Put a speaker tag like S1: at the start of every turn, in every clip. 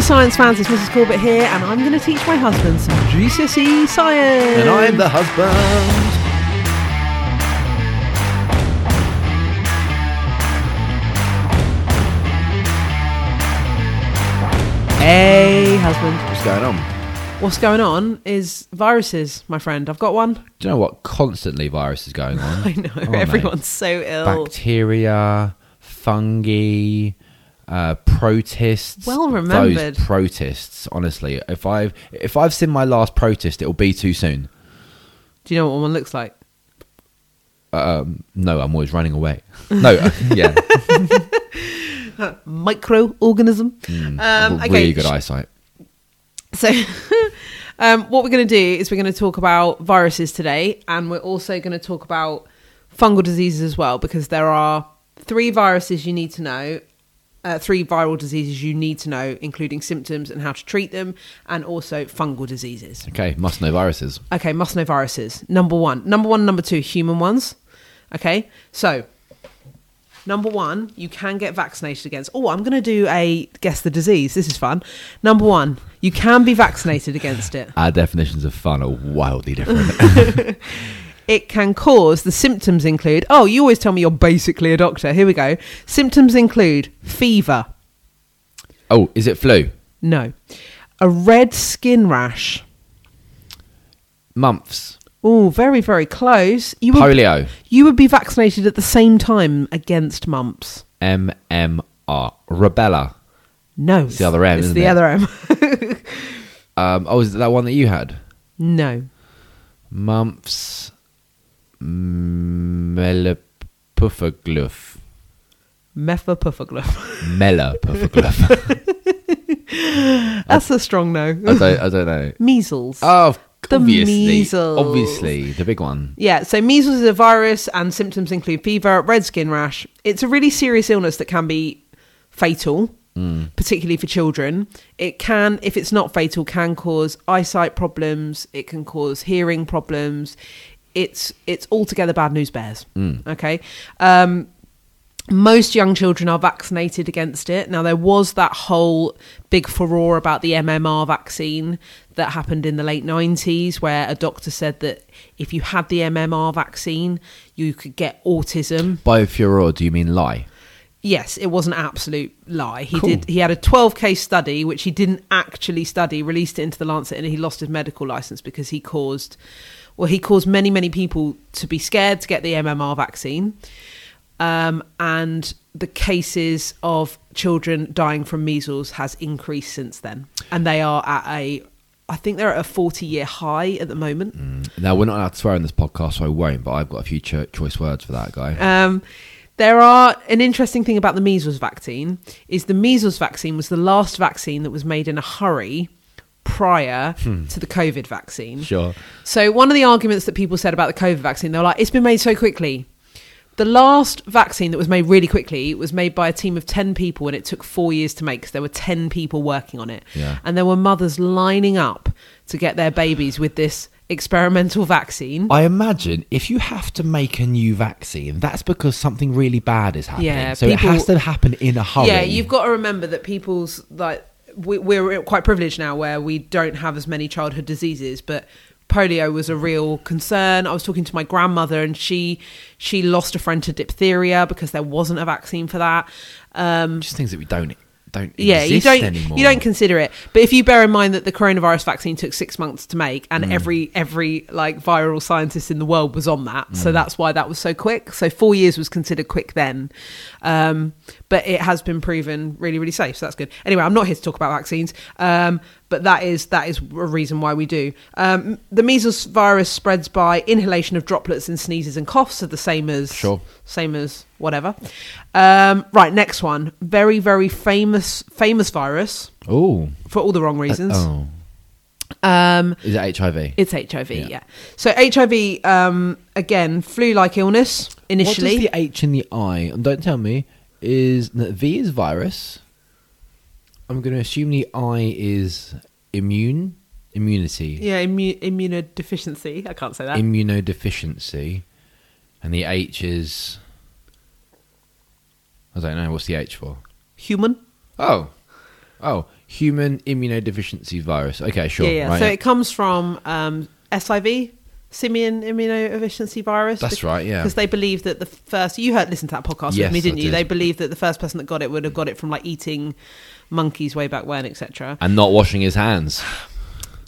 S1: science fans, it's Mrs. Corbett here, and I'm going to teach my husband some GCSE science.
S2: And I'm the husband.
S1: Hey, husband.
S2: What's going on?
S1: What's going on is viruses, my friend. I've got one.
S2: Do you know what? Constantly virus is going on.
S1: I know,
S2: Oh, mate.
S1: everyone's so ill.
S2: Bacteria, fungi, uh, protists.
S1: Well remembered.
S2: Those protists, honestly. If I've if I've seen my last protist, it'll be too soon.
S1: Do you know what one looks like?
S2: Um, no, I'm always running away. No, uh, yeah,
S1: Microorganism. um, okay,
S2: Hmm, really good
S1: sh-
S2: eyesight.
S1: So, um, what we're going to do is we're going to talk about viruses today, and we're also going to talk about fungal diseases as well, because there are three viruses you need to know, uh, three viral diseases you need to know, including symptoms and how to treat them, and also fungal diseases.
S2: Okay, must know viruses.
S1: Okay, must know viruses. Number one, number one, number two, human ones. Okay, so Number one, you can get vaccinated against. Oh, I'm going to do a guess the disease. This is fun. Number one, you can be vaccinated against it.
S2: Our definitions of fun are wildly different.
S1: It can cause, the symptoms include, oh, you always tell me you're basically a doctor. Here we go. Symptoms include fever,
S2: oh, is it flu?
S1: no. A red skin rash.
S2: Mumps,
S1: Oh, very, very close. You would,
S2: polio,
S1: you would be vaccinated at the same time against mumps.
S2: MMR, rubella.
S1: No.
S2: the other M,
S1: It's
S2: isn't
S1: the
S2: it?
S1: other M.
S2: Um, oh, is it that one that you had?
S1: no.
S2: Mumps, melopuffagluf,
S1: Methopuffaglove.
S2: melopuffagluf.
S1: That's a strong
S2: I
S1: no.
S2: don't, I don't know.
S1: Measles.
S2: Oh,
S1: The
S2: obviously,
S1: measles.
S2: obviously, the big one.
S1: Yeah, so measles is a virus, and symptoms include fever, red skin rash. It's a really serious illness that can be fatal,
S2: Hmm.
S1: particularly for children. It can, if it's not fatal, can cause eyesight problems. It can cause hearing problems. It's it's altogether bad news bears.
S2: Hmm.
S1: Okay. Um, most young children are vaccinated against it. Now, there was that whole big furore about the MMR vaccine that happened in the late 90s, where a doctor said that if you had the MMR vaccine, you could get autism.
S2: By furor, do you mean lie?
S1: Yes, it was an absolute lie. He
S2: Cool.
S1: did. He had a 12 case study, which he didn't actually study, released it into the Lancet, and he lost his medical license because he caused, well, he caused many, many people to be scared to get the MMR vaccine. Um, and the cases of children dying from measles has increased since then. And they are at a, I think they're at a 40 year high at the moment.
S2: Now, we're not allowed to swear on this podcast, so I won't, but I've got a few cho- choice words for that guy.
S1: Um, there are an interesting thing about the measles vaccine is the measles vaccine was the last vaccine that was made in a hurry prior to the COVID vaccine.
S2: Hmm. Sure.
S1: So one of the arguments that people said about the COVID vaccine, they were like, it's been made so quickly. The last vaccine that was made really quickly was made by a team of 10 people and it took four years to make because there were 10 people working on it.
S2: Yeah.
S1: And there were mothers lining up to get their babies with this experimental vaccine.
S2: I imagine if you have to make a new vaccine, that's because something really bad is happening.
S1: Yeah,
S2: so
S1: people-
S2: it has to happen in a hurry.
S1: Yeah, you've got to remember that people's like we, we're quite privileged now where we don't have as many childhood diseases, but polio was a real concern. I was talking to my grandmother and she she lost a friend to diphtheria because there wasn't a vaccine for that. Um,
S2: just things that we don't don't
S1: yeah, you
S2: exist
S1: don't
S2: anymore.
S1: you don't consider it. But if you bear in mind that the coronavirus vaccine took six months to make, and every every like viral scientist in the world was on that, so that's why that was so quick. So four years was considered quick then, um, but it has been proven really really safe. So that's good. Anyway, I'm not here to talk about vaccines, um, but that is that is a reason why we do. Um, the measles virus spreads by inhalation of droplets in sneezes and coughs, so the same as
S2: Sure.
S1: same as whatever. Um, right, next one. Very, very famous, famous virus
S2: Oh,
S1: for all the wrong reasons.
S2: oh,
S1: Um,
S2: is it HIV?
S1: it's HIV. Yeah.
S2: Yeah.
S1: So HIV, um, again, flu-like illness initially.
S2: What does the H in the I? And don't tell me is no, V is virus. I'm going to assume the I is immune immunity
S1: yeah, immu- immunodeficiency. I can't say that.
S2: immunodeficiency, and the H is I don't know what's the H for.
S1: Human.
S2: Oh, oh, Human immunodeficiency virus. Okay, sure.
S1: yeah, yeah.
S2: right,
S1: so
S2: yeah.
S1: it comes from um, SIV, simian immunodeficiency virus.
S2: That's right, yeah.
S1: Because they believe that the first you heard listen to that podcast
S2: Yes,
S1: with me, didn't
S2: I
S1: you?
S2: did.
S1: They believe that the first person that got it would have got it from like eating monkeys way back when, etc.
S2: and not washing his hands.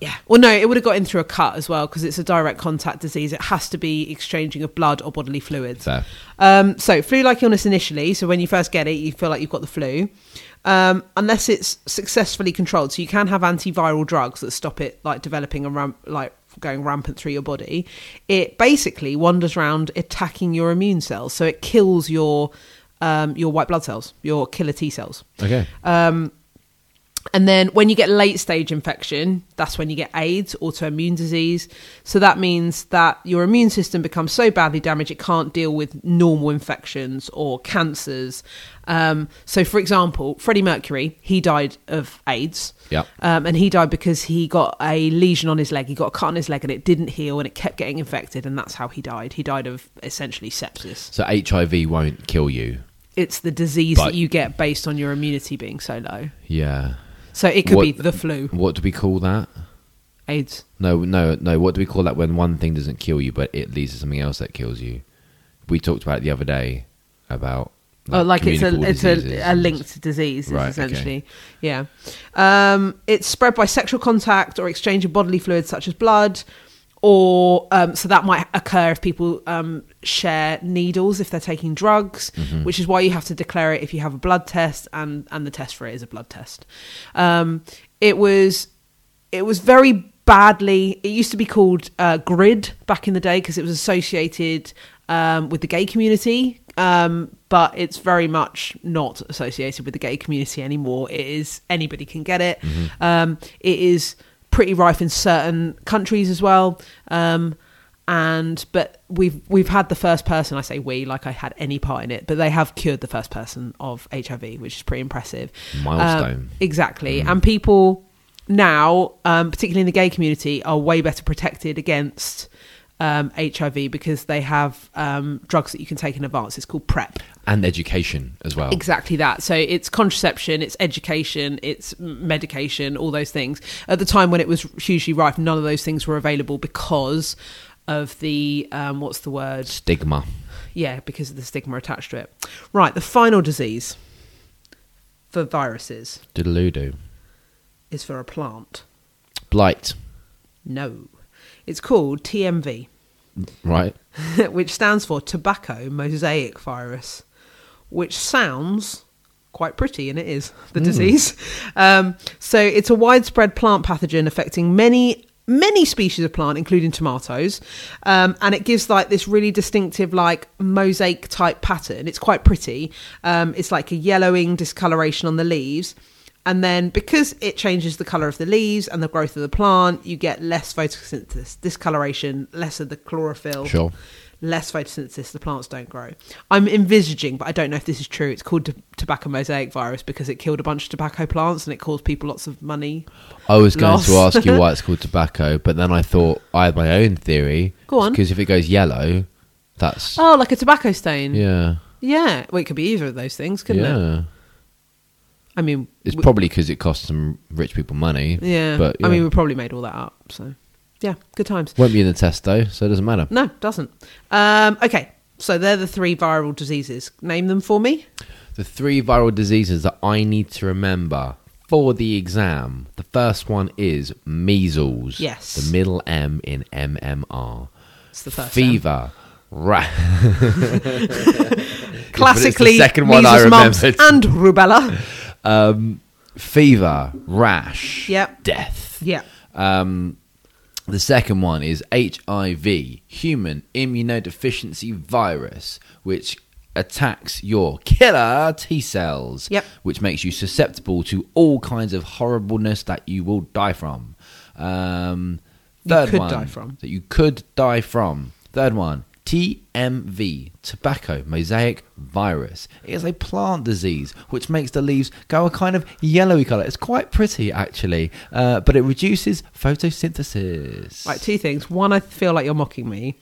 S1: Yeah. Well, no, it would have got in through a cut as well because it's a direct contact disease. It has to be exchanging of blood or bodily fluids.
S2: So
S1: Um, so flu-like illness initially. So when you first get it, you feel like you've got the flu, um, unless it's successfully controlled. So you can have antiviral drugs that stop it like developing and ram- like going rampant through your body. It basically wanders around attacking your immune cells. So it kills your um, your white blood cells, your killer T cells.
S2: okay,
S1: And then when you get late stage infection, that's when you get AIDS, autoimmune disease. So that means that your immune system becomes so badly damaged it can't deal with normal infections or cancers. Um, so, for example, Freddie Mercury, he died of AIDS.
S2: Yeah.
S1: Um, and he died because he got a lesion on his leg. He got a cut on his leg and it didn't heal and it kept getting infected. And that's how he died. He died of essentially sepsis.
S2: so HIV won't kill you.
S1: It's the disease
S2: But-
S1: that you get based on your immunity being so low.
S2: Yeah.
S1: So it could
S2: What-
S1: be the flu,
S2: What do we call that?
S1: AIDS.
S2: No, no, no. What do we call that when one thing doesn't kill you, but it leads to something else that kills you? We talked about it the other day about
S1: Oh, like it's a
S2: communicable
S1: it's a,
S2: diseases
S1: a
S2: and-
S1: linked disease is
S2: Right, okay.
S1: essentially, yeah. Um, it's spread by sexual contact or exchange of bodily fluids such as blood, or um, so that might occur if people um, share needles if they're taking drugs,
S2: Mm-hmm.
S1: which is why you have to declare it if you have a blood test, and and the test for it is a blood test. Um, it was it was very badly it used to be called uh, grid back in the day because it was associated um, with the gay community um, but it's very much not associated with the gay community anymore it is anybody can get it um, it is pretty rife in certain countries as well um, and but we've we've had the first person i say we like i had any part in it but they have cured the first person of hiv which is pretty impressive Um,
S2: Milestone.
S1: Exactly. And people now, um, particularly in the gay community, are way better protected against um, HIV because they have um, drugs that you can take in advance. It's called PrEP.
S2: and education as well.
S1: Exactly that. So it's contraception, it's education, it's m- medication, all those things. At the time when it was hugely rife, none of those things were available because of the, um, what's the word?
S2: Stigma.
S1: Yeah, because of the stigma attached to it. Right, the final disease for viruses
S2: Diddle-oo-doo.
S1: is for a plant.
S2: Blight.
S1: No. It's called TMV,
S2: Right.
S1: which stands for Tobacco Mosaic Virus, which sounds quite pretty, and it is the disease. Um, so it's a widespread plant pathogen affecting many. Many species of plant, including tomatoes, um, and it gives like this really distinctive, like mosaic type pattern. It's quite pretty. Um, it's like a yellowing discoloration on the leaves, and then because it changes the colour of the leaves and the growth of the plant, you get less photosynthesis, discoloration, less of the chlorophyll,
S2: Sure.
S1: less photosynthesis, the plants don't grow. I'm envisaging, but I don't know if this is true. It's called t- tobacco mosaic virus because it killed a bunch of tobacco plants and it caused people lots of money.
S2: I was going to
S1: Loss.
S2: ask you why it's called tobacco, but then I thought I had my own theory.
S1: Go on.
S2: Because if it goes yellow, that's
S1: Oh, like a tobacco stain.
S2: yeah,
S1: Yeah. Well, it could be either of those things, couldn't it?
S2: yeah.
S1: I mean,
S2: It's
S1: we-
S2: probably because it costs some rich people money.
S1: yeah.
S2: But
S1: I
S2: yeah.
S1: mean, we probably made all that up. So, yeah, good times.
S2: won't be in the test though, so it doesn't matter.
S1: No, doesn't. Um, okay. So they're the three viral diseases. Name them for me.
S2: The three viral diseases that I need to remember for the exam. The first one is measles.
S1: Yes.
S2: The middle M in MMR.
S1: It's the first one.
S2: Fever. Ra-
S1: Classically,
S2: second one I
S1: measles, mumps,
S2: remembered.
S1: and rubella.
S2: fever, rash,
S1: Yep.
S2: death.
S1: yeah.
S2: Um, the second one is HIV, human immunodeficiency virus, which attacks your killer T cells,
S1: Yep.
S2: which makes you susceptible to all kinds of horribleness that you will die from. Um,
S1: You
S2: third
S1: could
S2: one
S1: die from.
S2: that you could die from. Third one, TMV, TMV, tobacco mosaic virus. It is a plant disease which makes the leaves go a kind of yellowy colour. It's quite pretty, actually, uh, but it reduces photosynthesis.
S1: Right, two things. One, I feel like you're mocking me,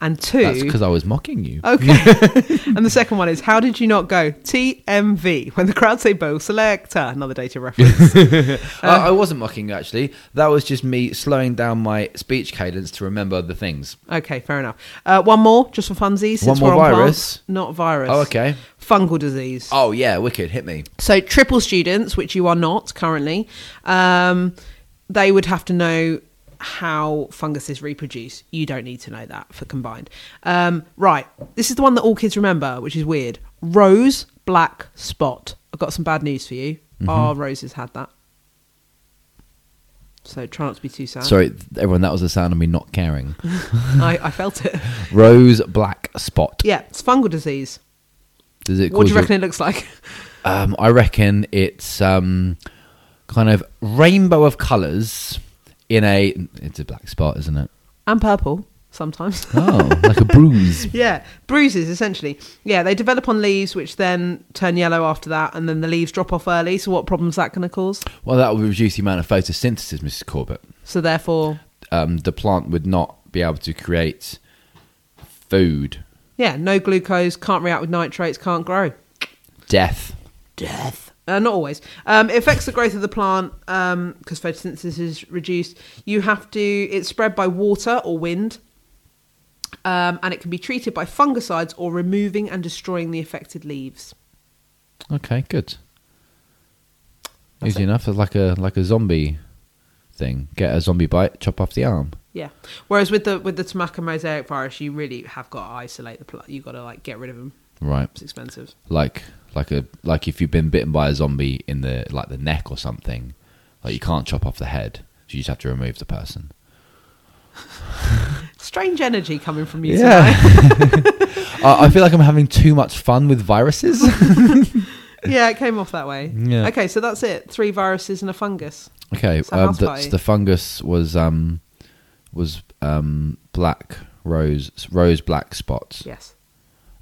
S1: and two,
S2: That's because I was mocking you.
S1: Uh, Okay. and the second one is how did you not go TMV when the crowd say Bo Selector? Another data reference. uh.
S2: I, I wasn't mocking you, actually. That was just me slowing down my speech cadence to remember the things.
S1: okay, fair enough. Uh, one more, just for funsies. Since
S2: One more
S1: we're on
S2: virus?
S1: plants. not virus.
S2: Oh, okay.
S1: Fungal disease.
S2: Oh, yeah, wicked. Hit me.
S1: So triple students, which you are not currently, um, they would have to know how funguses reproduce. You don't need to know that for combined. Um, right, this is the one that all kids remember, which is weird. Rose black spot. I've got some bad news for you.
S2: Mm-hmm.
S1: Our roses had that. So try not to be too sad.
S2: Sorry, th- everyone, that was the sound of me not caring.
S1: I, I felt it.
S2: Rose black spot.
S1: Yeah, it's fungal disease.
S2: Does it
S1: What do
S2: cause
S1: you
S2: your-
S1: reckon it looks like?
S2: Um, I reckon it's um, kind of rainbow of colours in a. It's a black spot, isn't it?
S1: And purple sometimes.
S2: Oh, like a bruise.
S1: Yeah, bruises essentially. Yeah, they develop on leaves, which then turn yellow after that, and then the leaves drop off early. So, what problems that going to cause?
S2: Well, that would reduce the amount of photosynthesis, Mrs. Corbett.
S1: So, therefore,
S2: Um, the plant would not be able to create food.
S1: yeah, no glucose, can't react with nitrates, can't grow.
S2: Death.
S1: Death. Uh, not always. Um, it affects the growth of the plant because photosynthesis is reduced. You have to. It's spread by water or wind, um, and it can be treated by fungicides or removing and destroying the affected leaves.
S2: Okay, good. Easy enough. It's like a like a zombie thing. Get a zombie bite, chop off the arm.
S1: Yeah. Whereas with the with the tobacco mosaic virus, you really have got to isolate the plant. You got to like get rid of them.
S2: Right.
S1: It's expensive.
S2: like like a like if you've been bitten by a zombie in the like the neck or something like you can't chop off the head so you just have to remove the person
S1: Strange energy coming from you. Tonight.
S2: I, I feel like i'm having too much fun with viruses
S1: yeah, it came off that way.
S2: Yeah.
S1: Okay, so that's it. Three viruses and a fungus.
S2: okay
S1: It's a
S2: um,
S1: house
S2: that's
S1: party.
S2: the fungus was um was um black rose rose black spots
S1: Yes.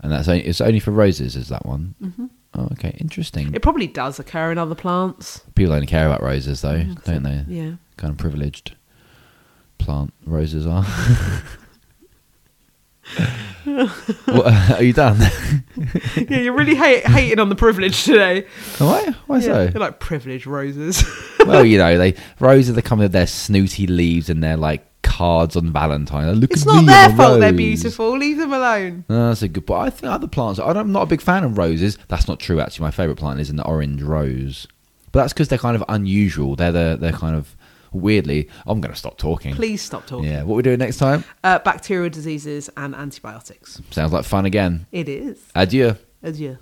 S2: and that's only, it's only for roses is that one mm-hmm. oh, okay interesting
S1: It probably does occur in other plants.
S2: people only care about roses though
S1: Mm-hmm.
S2: don't they
S1: Yeah.
S2: kind of privileged plant roses are. What- are you done?
S1: yeah, you're really hate, hating on the privilege today.
S2: Why? Why
S1: Yeah,
S2: so?
S1: You're like privilege roses.
S2: well, you know, they roses they come with their snooty leaves and their like cards on Valentine. Look
S1: it's
S2: at
S1: not
S2: me,
S1: their
S2: I'm a
S1: fault they're
S2: rose.
S1: beautiful. Leave them alone.
S2: No, that's a good point. I think other plants. I don't- I'm not a big fan of roses. That's not true. Actually, my favorite plant is an orange rose, but that's because they're kind of unusual. They're the, they're kind of weirdly. I'm going to stop talking.
S1: Please stop talking.
S2: Yeah. What we doing next time?
S1: Uh, bacterial diseases and antibiotics.
S2: Sounds like fun again.
S1: It is.
S2: Adieu.
S1: Adieu.